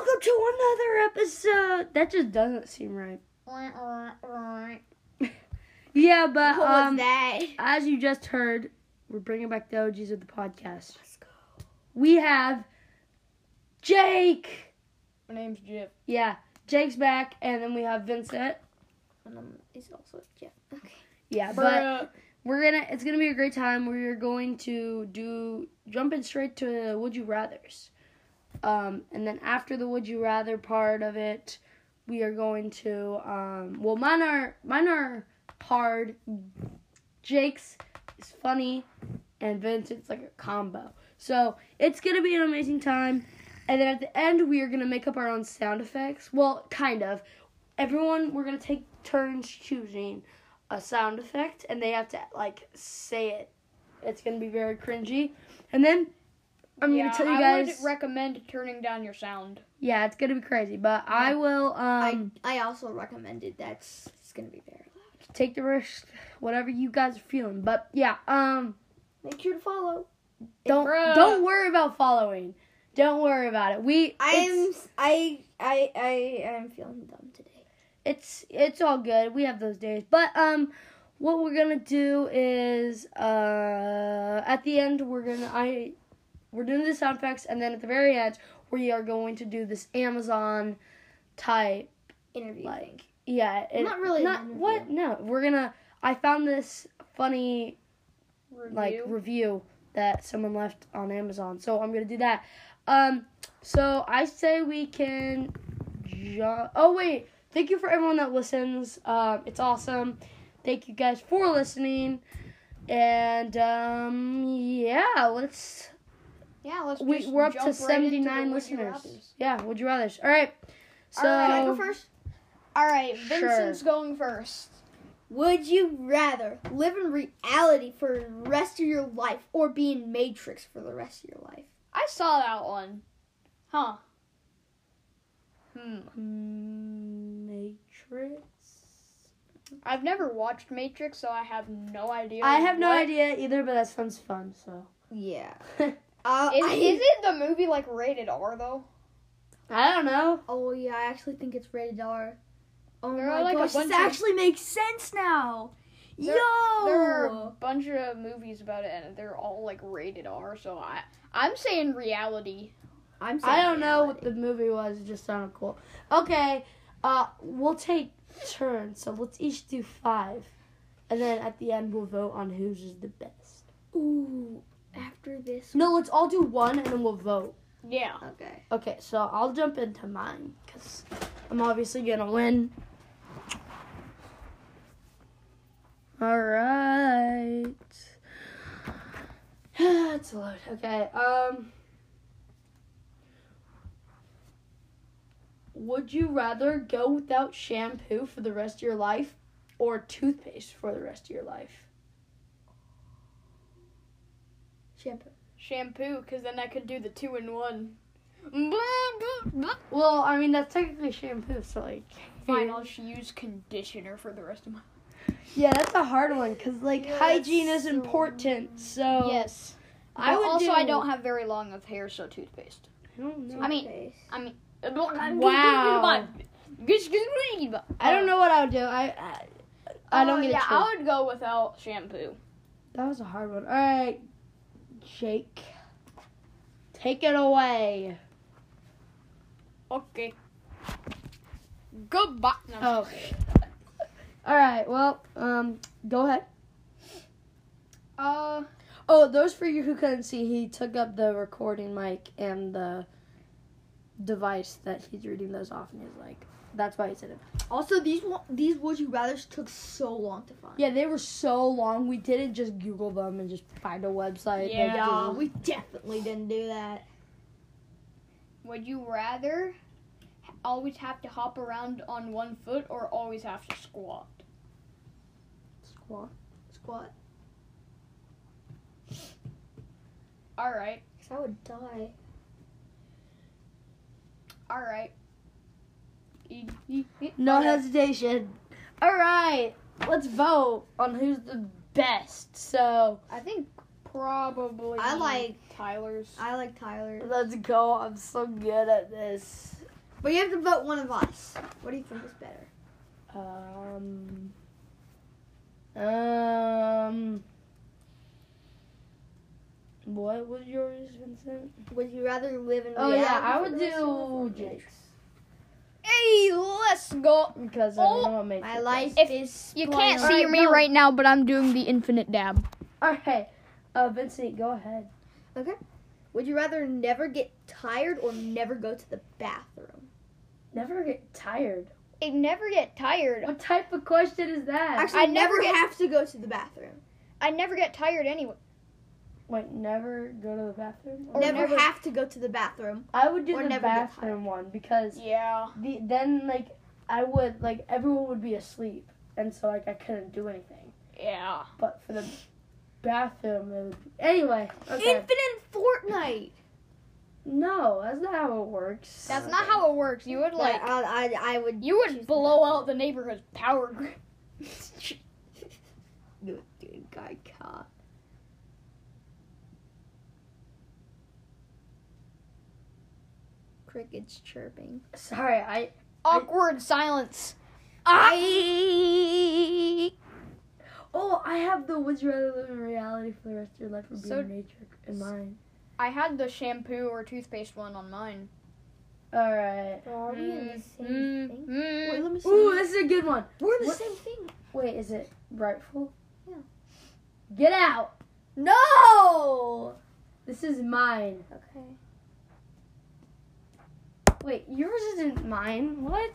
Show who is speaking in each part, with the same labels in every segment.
Speaker 1: to another episode. That just doesn't seem right.
Speaker 2: What
Speaker 1: Yeah, but
Speaker 2: was
Speaker 1: um,
Speaker 2: that?
Speaker 1: as you just heard, we're bringing back the OGs of the podcast. We have Jake.
Speaker 2: My name's Jeff.
Speaker 1: Yeah, Jake's back, and then we have Vincent.
Speaker 2: And um, it's also Jeff. Okay.
Speaker 1: Yeah, but
Speaker 2: But
Speaker 1: we're gonna. It's gonna be a great time. We're going to do jumping straight to Would You Rather's, um, and then after the Would You Rather part of it, we are going to. Um, well, mine are mine are hard. Jake's is funny, and Vincent's like a combo. So it's gonna be an amazing time. And then at the end, we are gonna make up our own sound effects. Well, kind of. Everyone, we're gonna take turns choosing a sound effect, and they have to like say it. It's gonna be very cringy. And then I'm
Speaker 3: yeah,
Speaker 1: gonna tell you
Speaker 3: I
Speaker 1: guys.
Speaker 3: would recommend turning down your sound.
Speaker 1: yeah, it's gonna be crazy, but I will. Um,
Speaker 2: I also recommended that's it's gonna be very loud.
Speaker 1: take the risk, whatever you guys are feeling. But yeah, um,
Speaker 2: Make sure to follow.
Speaker 1: don't
Speaker 3: Bruh.
Speaker 1: don't worry about following. Don't worry about it. We it's-
Speaker 2: I'm I I I am feeling dumb today.
Speaker 1: it's it's all good. We have those days. But um what we're gonna do is uh at the end we're gonna I we're doing the sound effects and then at the very end we are going to do this Amazon type
Speaker 2: Interview.
Speaker 1: like yeah it,
Speaker 2: Not really an
Speaker 1: not
Speaker 2: interview.
Speaker 1: what no we're gonna I found this funny
Speaker 3: Review.
Speaker 1: like review that someone left on Amazon. So I'm gonna do that. Um, so I say we can. Ju- oh wait, thank you for everyone that listens. Um, it's awesome. Thank you guys for listening. And um, yeah, let's.
Speaker 3: yeah, let's
Speaker 1: We,
Speaker 3: just
Speaker 1: we're up
Speaker 3: jump
Speaker 1: to
Speaker 3: right
Speaker 1: seventy nine
Speaker 3: into the Would You
Speaker 1: listeners.
Speaker 3: Rathers.
Speaker 1: Yeah, would you rather? All right. So
Speaker 2: Alright, can I go first?
Speaker 3: All right,
Speaker 1: Sure.
Speaker 3: Vincent's going first.
Speaker 2: Would you rather live in reality for the rest of your life or be in Matrix for the rest of your life?
Speaker 3: I saw that one. Huh. Hmm.
Speaker 1: Mm, Matrix.
Speaker 3: I've never watched Matrix, so I have no idea.
Speaker 1: I have no
Speaker 3: what-
Speaker 1: idea either, but that sounds fun. So
Speaker 2: Yeah. Uh,
Speaker 3: Is, is it the movie like rated R though?
Speaker 1: I don't know.
Speaker 2: Oh yeah, I actually think it's rated R. Oh
Speaker 3: There
Speaker 2: my
Speaker 3: are, like, a
Speaker 2: gosh, this
Speaker 3: bunch of-
Speaker 2: actually makes sense now.
Speaker 3: There-
Speaker 2: Yo,
Speaker 3: There are a
Speaker 1: Oh.
Speaker 3: bunch of movies about it, and they're all like rated R. So I, I'm saying reality.
Speaker 2: I'm
Speaker 1: I don't know what
Speaker 2: reality.
Speaker 1: the movie was. It just sounded cool. Okay, uh, we'll take turns. So let's each do five, and then at the end we'll vote on whose is the best.
Speaker 2: Ooh, after this.
Speaker 1: No, let's all do one, and then we'll vote.
Speaker 3: Yeah.
Speaker 2: Okay.
Speaker 1: Okay, so I'll jump into mine because I'm obviously gonna win. All right. That's a load. Okay. Um. Would you rather go without shampoo for the rest of your life, or toothpaste for the rest of your life?
Speaker 2: Shampoo.
Speaker 3: Shampoo, because then I could do the two in one.
Speaker 1: Well, I mean that's technically shampoo, so like.
Speaker 3: Fine, I'll just use conditioner for the rest of my
Speaker 1: Yeah, that's a hard one because like
Speaker 2: Yeah,
Speaker 1: hygiene is
Speaker 2: that's so-
Speaker 1: important. So
Speaker 3: Yes.
Speaker 1: I would
Speaker 3: also
Speaker 1: do-
Speaker 3: I don't have very long of hair, so toothpaste.
Speaker 1: I don't know.
Speaker 3: I mean-
Speaker 2: Toothpaste.
Speaker 1: Wow. I don't know what I would do. I I, I don't
Speaker 2: Oh,
Speaker 3: Uh,
Speaker 1: get a
Speaker 3: yeah,
Speaker 1: choice.
Speaker 3: I would go without shampoo.
Speaker 1: That was a hard one. All right, Jake, take it away.
Speaker 3: Okay. Goodbye. No, I'm just kidding.
Speaker 1: All right. Oh, Well, um, go ahead.
Speaker 3: Uh,
Speaker 1: Oh, those for you who couldn't see, he took up the recording mic and the device that he's reading those off, and he's like, "That's why he said it."
Speaker 2: Also, these wa- these would you rather's took so long to find.
Speaker 1: Yeah, they were so long. We didn't just Google them and just find a website.
Speaker 3: Yeah.
Speaker 1: Like,
Speaker 2: Yeah,
Speaker 1: just-
Speaker 2: we definitely didn't do that.
Speaker 3: would you rather h- always have to hop around on one foot or always have to squat?
Speaker 1: squat.
Speaker 2: Squat.
Speaker 3: All right.
Speaker 2: Cause I would die.
Speaker 3: All right.
Speaker 1: No
Speaker 3: Okay.
Speaker 1: hesitation. All right, let's vote on who's the best. So
Speaker 3: I think probably
Speaker 2: I like-
Speaker 3: Tyler's.
Speaker 2: I like Tyler.
Speaker 1: let's go. I'm so good at this.
Speaker 2: But you have to vote one of us. What do you think is better?
Speaker 1: Um. Um. What was yours, Vincent?
Speaker 2: Would you rather live in?
Speaker 1: Oh
Speaker 2: reality
Speaker 1: yeah, I
Speaker 2: for
Speaker 1: would
Speaker 2: the rest of your
Speaker 1: do
Speaker 2: life?
Speaker 1: Jake's
Speaker 3: Hey, let's go.
Speaker 1: because I don't
Speaker 3: Oh,
Speaker 1: know what makes
Speaker 2: My
Speaker 1: it
Speaker 2: life
Speaker 3: If
Speaker 2: is.
Speaker 3: You
Speaker 2: blown
Speaker 3: can't
Speaker 2: up.
Speaker 3: see
Speaker 1: Alright,
Speaker 3: me
Speaker 1: go.
Speaker 3: right now, but I'm doing the infinite dab.
Speaker 1: better. All right, uh, Vincent, go ahead.
Speaker 2: Would you rather never get tired or never go to the bathroom?
Speaker 1: Never get tired.
Speaker 3: I never get tired.
Speaker 1: What type of question is that?
Speaker 2: Actually,
Speaker 3: I
Speaker 2: never,
Speaker 3: never get-
Speaker 2: have to go to the bathroom.
Speaker 3: I never get tired anyway.
Speaker 1: Wait, never go to the bathroom.
Speaker 3: Or
Speaker 2: never,
Speaker 3: never-
Speaker 2: have to go to the bathroom.
Speaker 1: I would do
Speaker 2: or
Speaker 1: the
Speaker 2: never get
Speaker 1: bathroom one because
Speaker 3: Yeah.
Speaker 1: the, then like I would like everyone would be asleep, and so like I couldn't do anything.
Speaker 3: Yeah.
Speaker 1: But for the bathroom, it would be... anyway. Okay.
Speaker 2: Infinite Fortnite.
Speaker 1: No, that's not how it works.
Speaker 3: That's not how it works. You would
Speaker 2: Like
Speaker 3: like
Speaker 2: I, I, I would.
Speaker 3: you
Speaker 2: choose
Speaker 3: would
Speaker 2: the
Speaker 3: blow
Speaker 2: bathroom.
Speaker 3: out the neighborhood's power grid.
Speaker 2: Good dude, guy cop. Crickets chirping.
Speaker 1: Sorry, I
Speaker 3: Awkward silence. Ah!
Speaker 2: I.
Speaker 1: oh I have the would you rather live in reality for the rest of your life or be
Speaker 3: So-
Speaker 1: in nature in mine.
Speaker 3: I had the shampoo or toothpaste one on mine.
Speaker 1: All right.
Speaker 2: Are we in the same
Speaker 3: Mm,
Speaker 2: thing?
Speaker 3: mm.
Speaker 2: Wait, let me see.
Speaker 1: Mm-hmm. Ooh, this is a good one.
Speaker 2: We're in the
Speaker 1: what-
Speaker 2: same thing.
Speaker 1: Wait, is it rightful?
Speaker 2: Yeah.
Speaker 1: Get out.
Speaker 2: No.
Speaker 1: This is mine.
Speaker 2: Okay.
Speaker 1: Wait, yours isn't mine. What?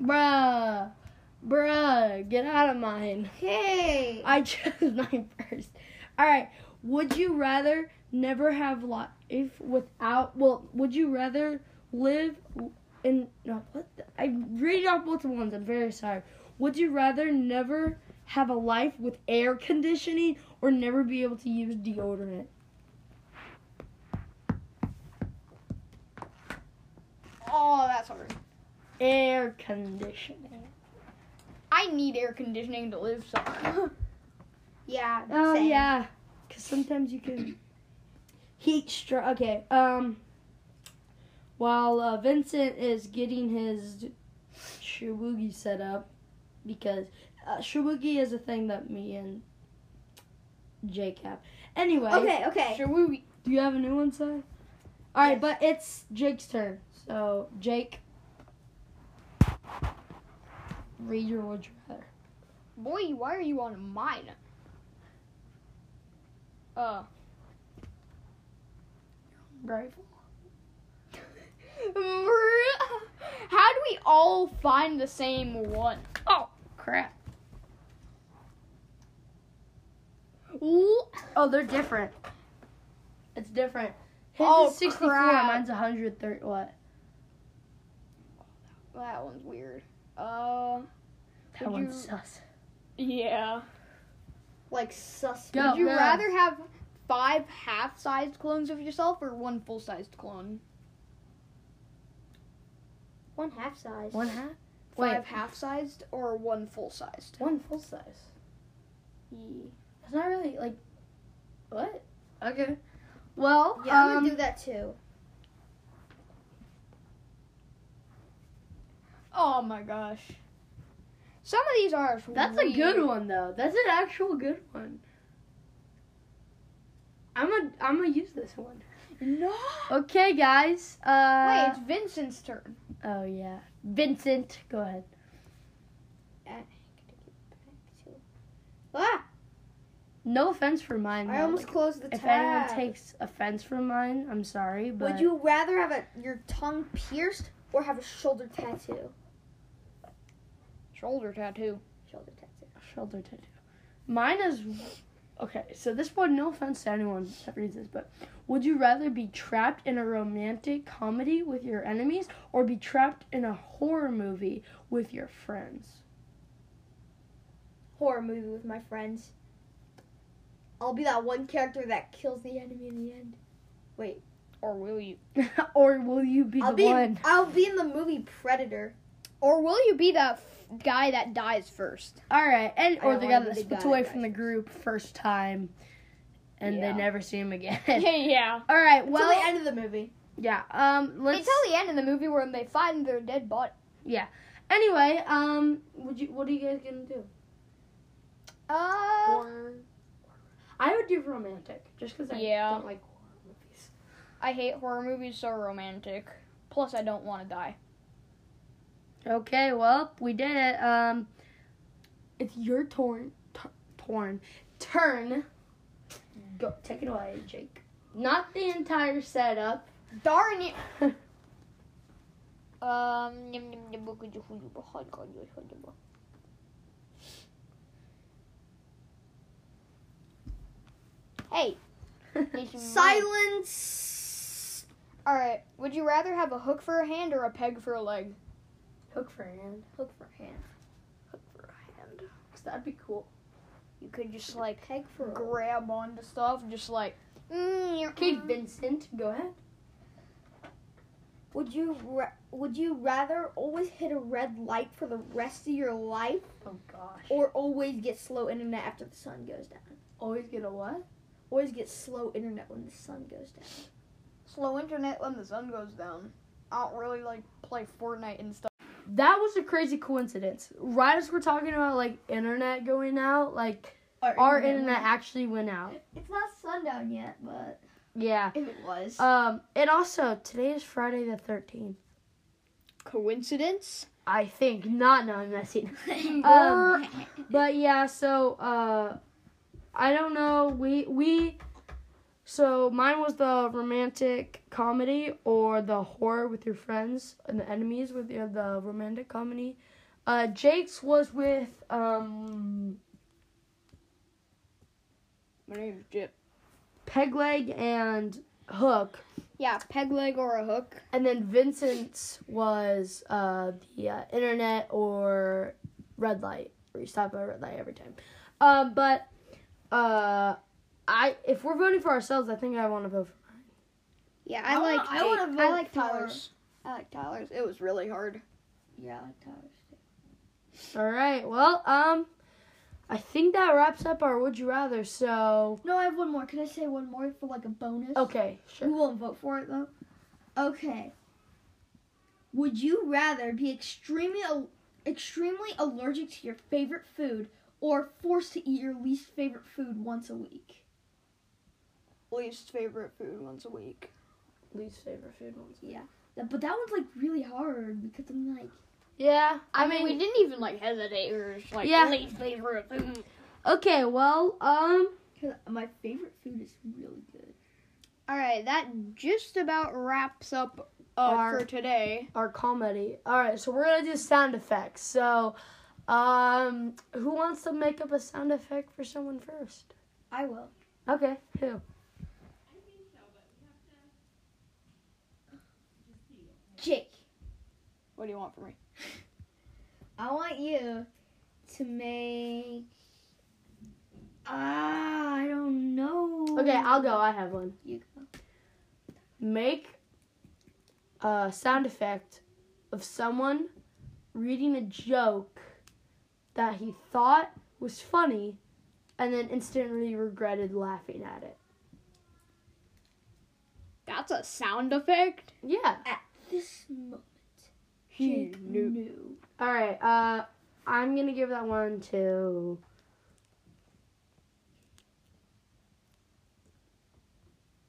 Speaker 1: Bruh. Bruh, get out of mine.
Speaker 2: Hey.
Speaker 1: I chose mine first. All right. Would you rather never have life without? Well, would you rather live in? No, what? The, I'm reading off multiple ones. I'm very sorry. Would you rather never have a life with air conditioning or never be able to use deodorant?
Speaker 3: Oh, that's hard.
Speaker 1: Air conditioning.
Speaker 3: I need air conditioning to live somewhere.
Speaker 2: Yeah.
Speaker 1: Oh
Speaker 2: same.
Speaker 1: yeah, because sometimes you can heat stroke. Okay. Um. While uh, Vincent is getting his shibugi set up, because uh, shibugi is a thing that me and Jake have. Anyway,
Speaker 2: Okay. Okay.
Speaker 3: Should we?
Speaker 1: do you have a new one, Si? All right,
Speaker 2: Yes.
Speaker 1: but it's Jake's turn. So Jake, read your would you rather.
Speaker 3: Boy, why are you on mine? Uh,
Speaker 1: Rifle.
Speaker 3: how do we all find the same one? Oh, crap. Ooh,
Speaker 1: Oh, they're different. It's different. His
Speaker 3: Oh,
Speaker 1: is 64,
Speaker 3: crap.
Speaker 1: mine's 130. What?
Speaker 3: that one's weird. Uh,
Speaker 1: That
Speaker 3: Would
Speaker 1: one's
Speaker 3: you-
Speaker 1: sus.
Speaker 3: yeah.
Speaker 2: Like sus.
Speaker 1: Go.
Speaker 3: Would you
Speaker 1: yeah.
Speaker 3: rather have five half-sized clones of yourself or one full-sized clone?
Speaker 2: One half size.
Speaker 1: One half? Wait.
Speaker 3: Five half-sized or one full-sized?
Speaker 1: One full size. It's not really like. What? Okay. Well,
Speaker 2: Yeah, I'm
Speaker 1: um,
Speaker 2: gonna do that too.
Speaker 3: Oh my gosh. Some of these are.
Speaker 1: that's a good one though. That's an actual good one. I'm gonna I'm gonna use this one.
Speaker 3: No.
Speaker 1: Okay, guys.
Speaker 3: Wait,
Speaker 1: Uh,
Speaker 3: it's Vincent's turn.
Speaker 1: Oh yeah, Vincent, go ahead.
Speaker 2: Ah!
Speaker 1: No offense for mine.
Speaker 2: I
Speaker 1: though.
Speaker 2: almost
Speaker 1: Like,
Speaker 2: closed the
Speaker 1: if
Speaker 2: tab.
Speaker 1: anyone takes offense from mine, I'm sorry. But
Speaker 2: Would you rather have a, your tongue pierced or have a shoulder tattoo?
Speaker 3: Shoulder tattoo.
Speaker 2: Shoulder tattoo.
Speaker 1: shoulder tattoo. Mine is okay. So this one, no offense to anyone that reads this, but would you rather be trapped in a romantic comedy with your enemies or be trapped in a horror movie with your friends?
Speaker 2: Horror movie with my friends. I'll be that one character that kills the enemy in the end.
Speaker 3: Or will you?
Speaker 1: or will you be
Speaker 2: I'll
Speaker 1: the
Speaker 2: be.
Speaker 1: one?
Speaker 2: I'll be in the movie Predator.
Speaker 3: Or will you be that f- guy that dies first?
Speaker 1: All right, and
Speaker 2: I
Speaker 1: or
Speaker 2: don't
Speaker 1: they
Speaker 2: wanna
Speaker 1: got
Speaker 2: be the
Speaker 1: slipped
Speaker 2: guy
Speaker 1: away
Speaker 2: that
Speaker 1: from the
Speaker 2: dies.
Speaker 1: group first time, and they
Speaker 3: Yeah.
Speaker 1: never see him again.
Speaker 3: yeah.
Speaker 1: All right,
Speaker 2: Well,
Speaker 1: well,
Speaker 2: the end of the movie.
Speaker 1: Yeah. Um. Let's.
Speaker 3: Until the end of the movie where they find their dead body.
Speaker 1: anyway. Um. Would you? What are you guys gonna do?
Speaker 3: Uh,
Speaker 1: Horror. I would do romantic, just because I
Speaker 3: Yeah.
Speaker 1: don't like horror movies.
Speaker 3: I hate horror movies, so romantic. Plus, I don't want to die.
Speaker 1: Okay. Well, we did it. Um. It's your torn. T- torn. Turn. Go. Take it away, Jake. Not the entire setup.
Speaker 3: Darn it. Um, yum, yum, yum, look at you, who you were, hot God, you hot, you were. Hey. it's me.
Speaker 2: Silence.
Speaker 3: All right. Would you rather have a hook for a hand or a peg for a leg?
Speaker 1: Hook for a hand.
Speaker 2: Hook for hand.
Speaker 3: Hook for a hand.
Speaker 1: Cause that'd be cool.
Speaker 3: You could just like
Speaker 2: Peg for. a-
Speaker 3: grab onto stuff, just like.
Speaker 1: Okay, Vincent. Go ahead.
Speaker 2: Would you ra- would you rather always hit a red light for the rest of your life,
Speaker 1: Oh gosh.
Speaker 2: or always get slow internet after the sun goes down?
Speaker 1: Always get a what?
Speaker 2: Always get slow internet when the sun goes down.
Speaker 3: Slow internet when the sun goes down. I don't really like play Fortnite and stuff.
Speaker 1: That was a crazy coincidence. Right as we're talking about like internet going out, like our internet actually went out.
Speaker 2: It's not sundown yet, but Uh,
Speaker 1: Yeah.
Speaker 2: if it was,
Speaker 1: Um. And also today is Friday the thirteenth.
Speaker 3: Coincidence?
Speaker 1: I think not. No, I'm messing.
Speaker 2: Um,
Speaker 1: But yeah. So uh, I don't know. We we. So mine was the romantic comedy or the horror with your friends and the enemies with your, the romantic comedy. Uh, Jake's was with um
Speaker 3: My name's Jip.
Speaker 1: peg leg and hook
Speaker 3: Yeah, peg leg or a hook.
Speaker 1: and then vincent's was uh, the uh, internet or red light or you stop at a red light every time um, but uh, i if we're voting for ourselves i think i want to vote for
Speaker 3: Yeah,
Speaker 2: uh, I wanna- I wanna
Speaker 3: Jake.
Speaker 2: vote for-
Speaker 3: I like Tyler's. It was really hard.
Speaker 2: yeah, like Tyler's.
Speaker 1: all right well um i think that wraps up our would you rather so
Speaker 2: No, I have one more. Can I say one more for like a bonus?
Speaker 1: okay
Speaker 2: We
Speaker 1: sure
Speaker 2: won't vote for it though. Okay. Would you rather be extremely al- extremely allergic to your favorite food or forced to eat your least favorite food once a week?
Speaker 3: Least favorite food once a week.
Speaker 1: least favorite food ones
Speaker 2: That- But that one's like really hard because I'm like
Speaker 1: yeah
Speaker 3: I, mean, we didn't even like hesitate. We were just like
Speaker 1: Yeah.
Speaker 3: least favorite food.
Speaker 1: okay well um
Speaker 2: cause my favorite food is really good.
Speaker 3: All right, that just about wraps up uh,
Speaker 1: Our-
Speaker 3: for today.
Speaker 1: our comedy. All right, so we're gonna do sound effects. So, um, who wants to make up a sound effect for someone first?
Speaker 2: I will.
Speaker 1: Okay, who?
Speaker 2: Jake,
Speaker 3: What do you want from me?
Speaker 2: I want you to make Ah, I don't know.
Speaker 1: Okay, I'll go. I have one.
Speaker 2: You go.
Speaker 1: Make a sound effect of someone reading a joke that he thought was funny, and then instantly regretted laughing at it.
Speaker 3: That's a sound effect.
Speaker 1: Yeah.
Speaker 2: At this
Speaker 1: Hmm,
Speaker 2: moment,
Speaker 3: He
Speaker 2: Jake
Speaker 3: knew.
Speaker 2: knew.
Speaker 1: All right. Uh, I'm gonna give that one to.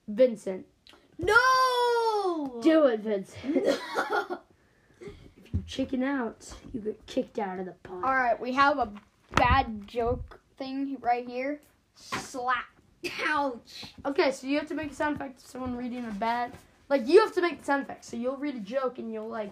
Speaker 1: Vincent,
Speaker 2: No!
Speaker 1: do it, Vincent.
Speaker 2: No.
Speaker 1: Chicken out. You get kicked out of the pod.
Speaker 3: All right, we have a bad joke thing right here. Slap.
Speaker 2: Ouch.
Speaker 1: Okay, so you have to make a sound effect of someone reading a bad. Like you have to make the sound effect. So you'll read a joke and you'll like.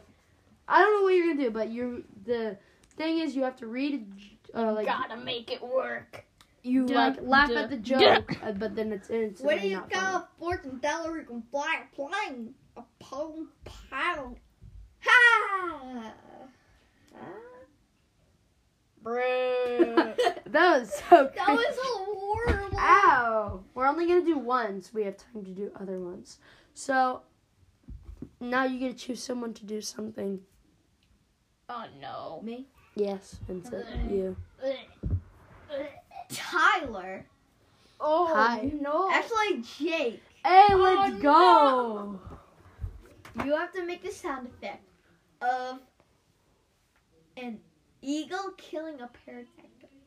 Speaker 1: I don't know what you're gonna do, but you the thing is you have to read. a j- Uh, like
Speaker 3: Gotta make it work.
Speaker 1: you
Speaker 3: duh,
Speaker 1: like laugh
Speaker 3: duh,
Speaker 1: at the joke, uh, but then it's instantly
Speaker 2: What do you
Speaker 1: not funny.
Speaker 2: call a fortune teller who can fly a plane? A pound pound. Ha!
Speaker 3: Bro.
Speaker 1: That was so.
Speaker 2: That
Speaker 1: cringe.
Speaker 2: was so horrible.
Speaker 1: Ow! We're only gonna do ones. We have time to do other ones. So now you get to choose someone to do something.
Speaker 3: oh no.
Speaker 2: Me?
Speaker 1: Yes, Vincent, you.
Speaker 2: Tyler.
Speaker 3: Oh
Speaker 1: Hi.
Speaker 3: no.
Speaker 1: Oh.
Speaker 2: Actually, Jake.
Speaker 1: Hey, let's
Speaker 3: Oh,
Speaker 1: go!
Speaker 2: You have to make the sound effect of an eagle killing a pterodactyl.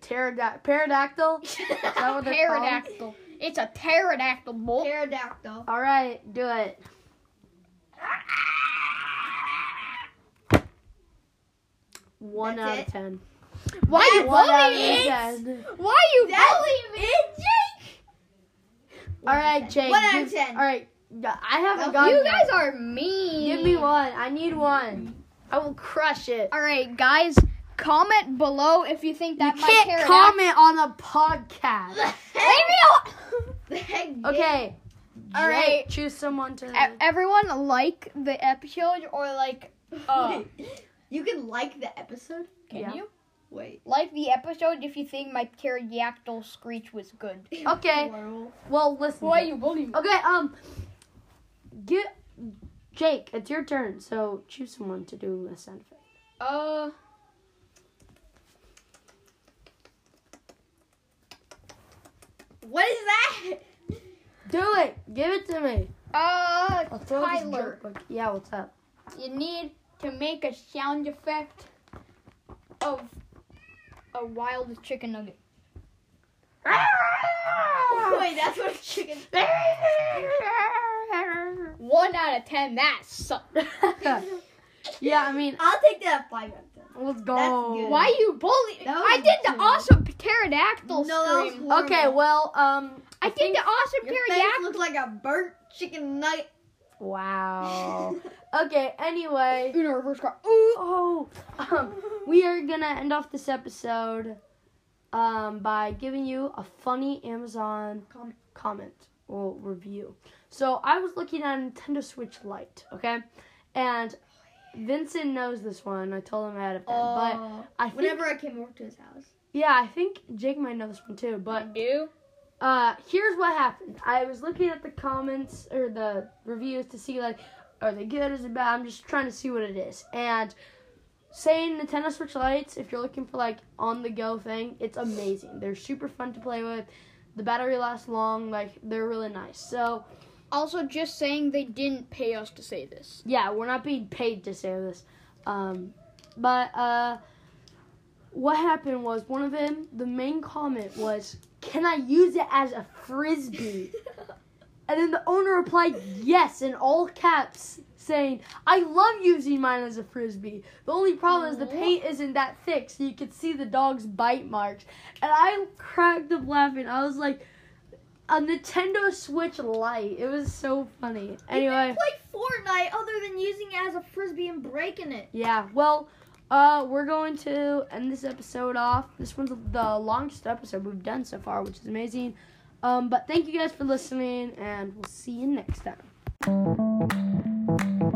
Speaker 2: Pterodactyl.
Speaker 1: Pterodac- pterodactyl. that what they're called?
Speaker 3: Pterodactyl. It's a pterodactyl bolt.
Speaker 2: pterodactyl.
Speaker 1: All right, do it. One
Speaker 2: That's
Speaker 1: out
Speaker 2: it?
Speaker 1: of ten.
Speaker 3: Why are you
Speaker 1: One out
Speaker 3: bullying?
Speaker 1: of ten.
Speaker 3: Why are you
Speaker 2: That's
Speaker 3: bullying?
Speaker 2: it, Jake.
Speaker 1: All right, Jake.
Speaker 2: One out of
Speaker 1: give-
Speaker 2: ten.
Speaker 1: All right, I haven't got
Speaker 3: You guys are mean.
Speaker 1: Give me one. I need one. I will crush it.
Speaker 3: All right, guys, comment below if you think that
Speaker 1: you
Speaker 3: my
Speaker 1: can't
Speaker 3: pterodactyl.
Speaker 1: comment on a podcast.
Speaker 3: Leave me alone.
Speaker 1: Okay.
Speaker 3: All
Speaker 1: Jake,
Speaker 3: right.
Speaker 1: Choose someone to.
Speaker 3: E- Everyone like the episode or like uh,
Speaker 2: you can like the episode.
Speaker 3: can
Speaker 1: Yeah.
Speaker 3: you
Speaker 2: Wait.
Speaker 3: like the episode if you think my pterodactyl screech was good?
Speaker 1: Okay.
Speaker 2: Plural.
Speaker 1: Well, listen.
Speaker 3: you bullying?
Speaker 1: Okay. Um. Get Jake. It's your turn. So choose someone to do a sound effect.
Speaker 3: Uh,
Speaker 2: What is that?
Speaker 1: Do it. Give it to me.
Speaker 3: uh,
Speaker 1: I'll throw this
Speaker 3: Tyler,
Speaker 1: joke book- Yeah. What's up?
Speaker 3: you need to make a sound effect of a wild chicken nugget. Ah.
Speaker 2: Wait, that's what a chicken.
Speaker 3: One out of ten. That sucked.
Speaker 1: yeah. I mean,
Speaker 2: I'll take that at five out of ten.
Speaker 1: let's go.
Speaker 2: good.
Speaker 3: Why you bully?
Speaker 2: That was
Speaker 3: I did the
Speaker 2: good.
Speaker 3: awesome pterodactyl
Speaker 2: No, that was
Speaker 3: scream.
Speaker 2: horrible.
Speaker 1: Okay. Well. Um.
Speaker 3: I did the awesome
Speaker 2: Your face
Speaker 3: pterodactyl.
Speaker 2: looks like a burnt chicken nugget.
Speaker 1: Wow.
Speaker 3: Oh.
Speaker 1: okay. Anyway.
Speaker 3: Uno reverse card.
Speaker 1: Oh, um, we are gonna end off this episode um, by giving you a funny Amazon
Speaker 2: Comment.
Speaker 1: comment or review. So I was looking at a Nintendo Switch Lite, okay, and Vincent knows this one. I told him I had it, but
Speaker 2: Oh.
Speaker 1: I think,
Speaker 2: whenever I came over to his house.
Speaker 1: yeah, I think Jake might know this one too. But
Speaker 3: do.
Speaker 1: uh, here's what happened. I was looking at the comments or the reviews to see like, are they good? Is it bad? I'm just trying to see what it is. And saying Nintendo Switch Lights, if you're looking for like on the go thing, it's amazing. They're super fun to play with. The battery lasts long. Like they're really nice. So
Speaker 3: Also, just saying they didn't pay us to say this.
Speaker 1: yeah, we're not being paid to say this. Um, but uh, what happened was one of them. The main comment was, "Can I use it as a frisbee?" And then the owner replied yes in all caps, saying, I love using mine as a frisbee. The only problem is the
Speaker 3: Aw.
Speaker 1: paint isn't that thick, so you could see the dog's bite marks. And I cracked up laughing. I was like, a Nintendo Switch Lite. It was so funny. Anyway,
Speaker 2: You can play Fortnite other than using it as a frisbee and breaking it.
Speaker 1: yeah, well, uh, we're going to end this episode off. This one's the longest episode we've done so far, which is amazing. Um, but thank you guys for listening, and we'll see you next time.